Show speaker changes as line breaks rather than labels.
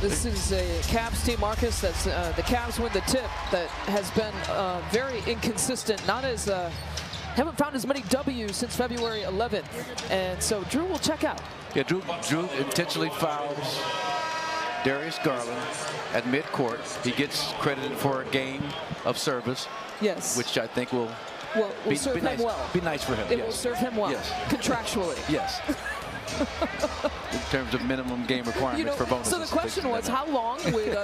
This is a Cavs team, Marcus, that's uh, the Cavs win the tip that has been uh, very inconsistent. Not as, uh, haven't found as many W's since February 11th. And so Drew will check out.
Yeah, Drew, Drew intentionally fouls Darius Garland at midcourt. He gets credited for a game of service,
Yes.
which I think will
will, will
be,
serve
be
him
nice,
well.
be nice for him.
it
yes.
will serve him well,
Yes.
contractually.
Yes. In terms of minimum game requirements
You know,
for bonuses.
so the question was, how long would uh,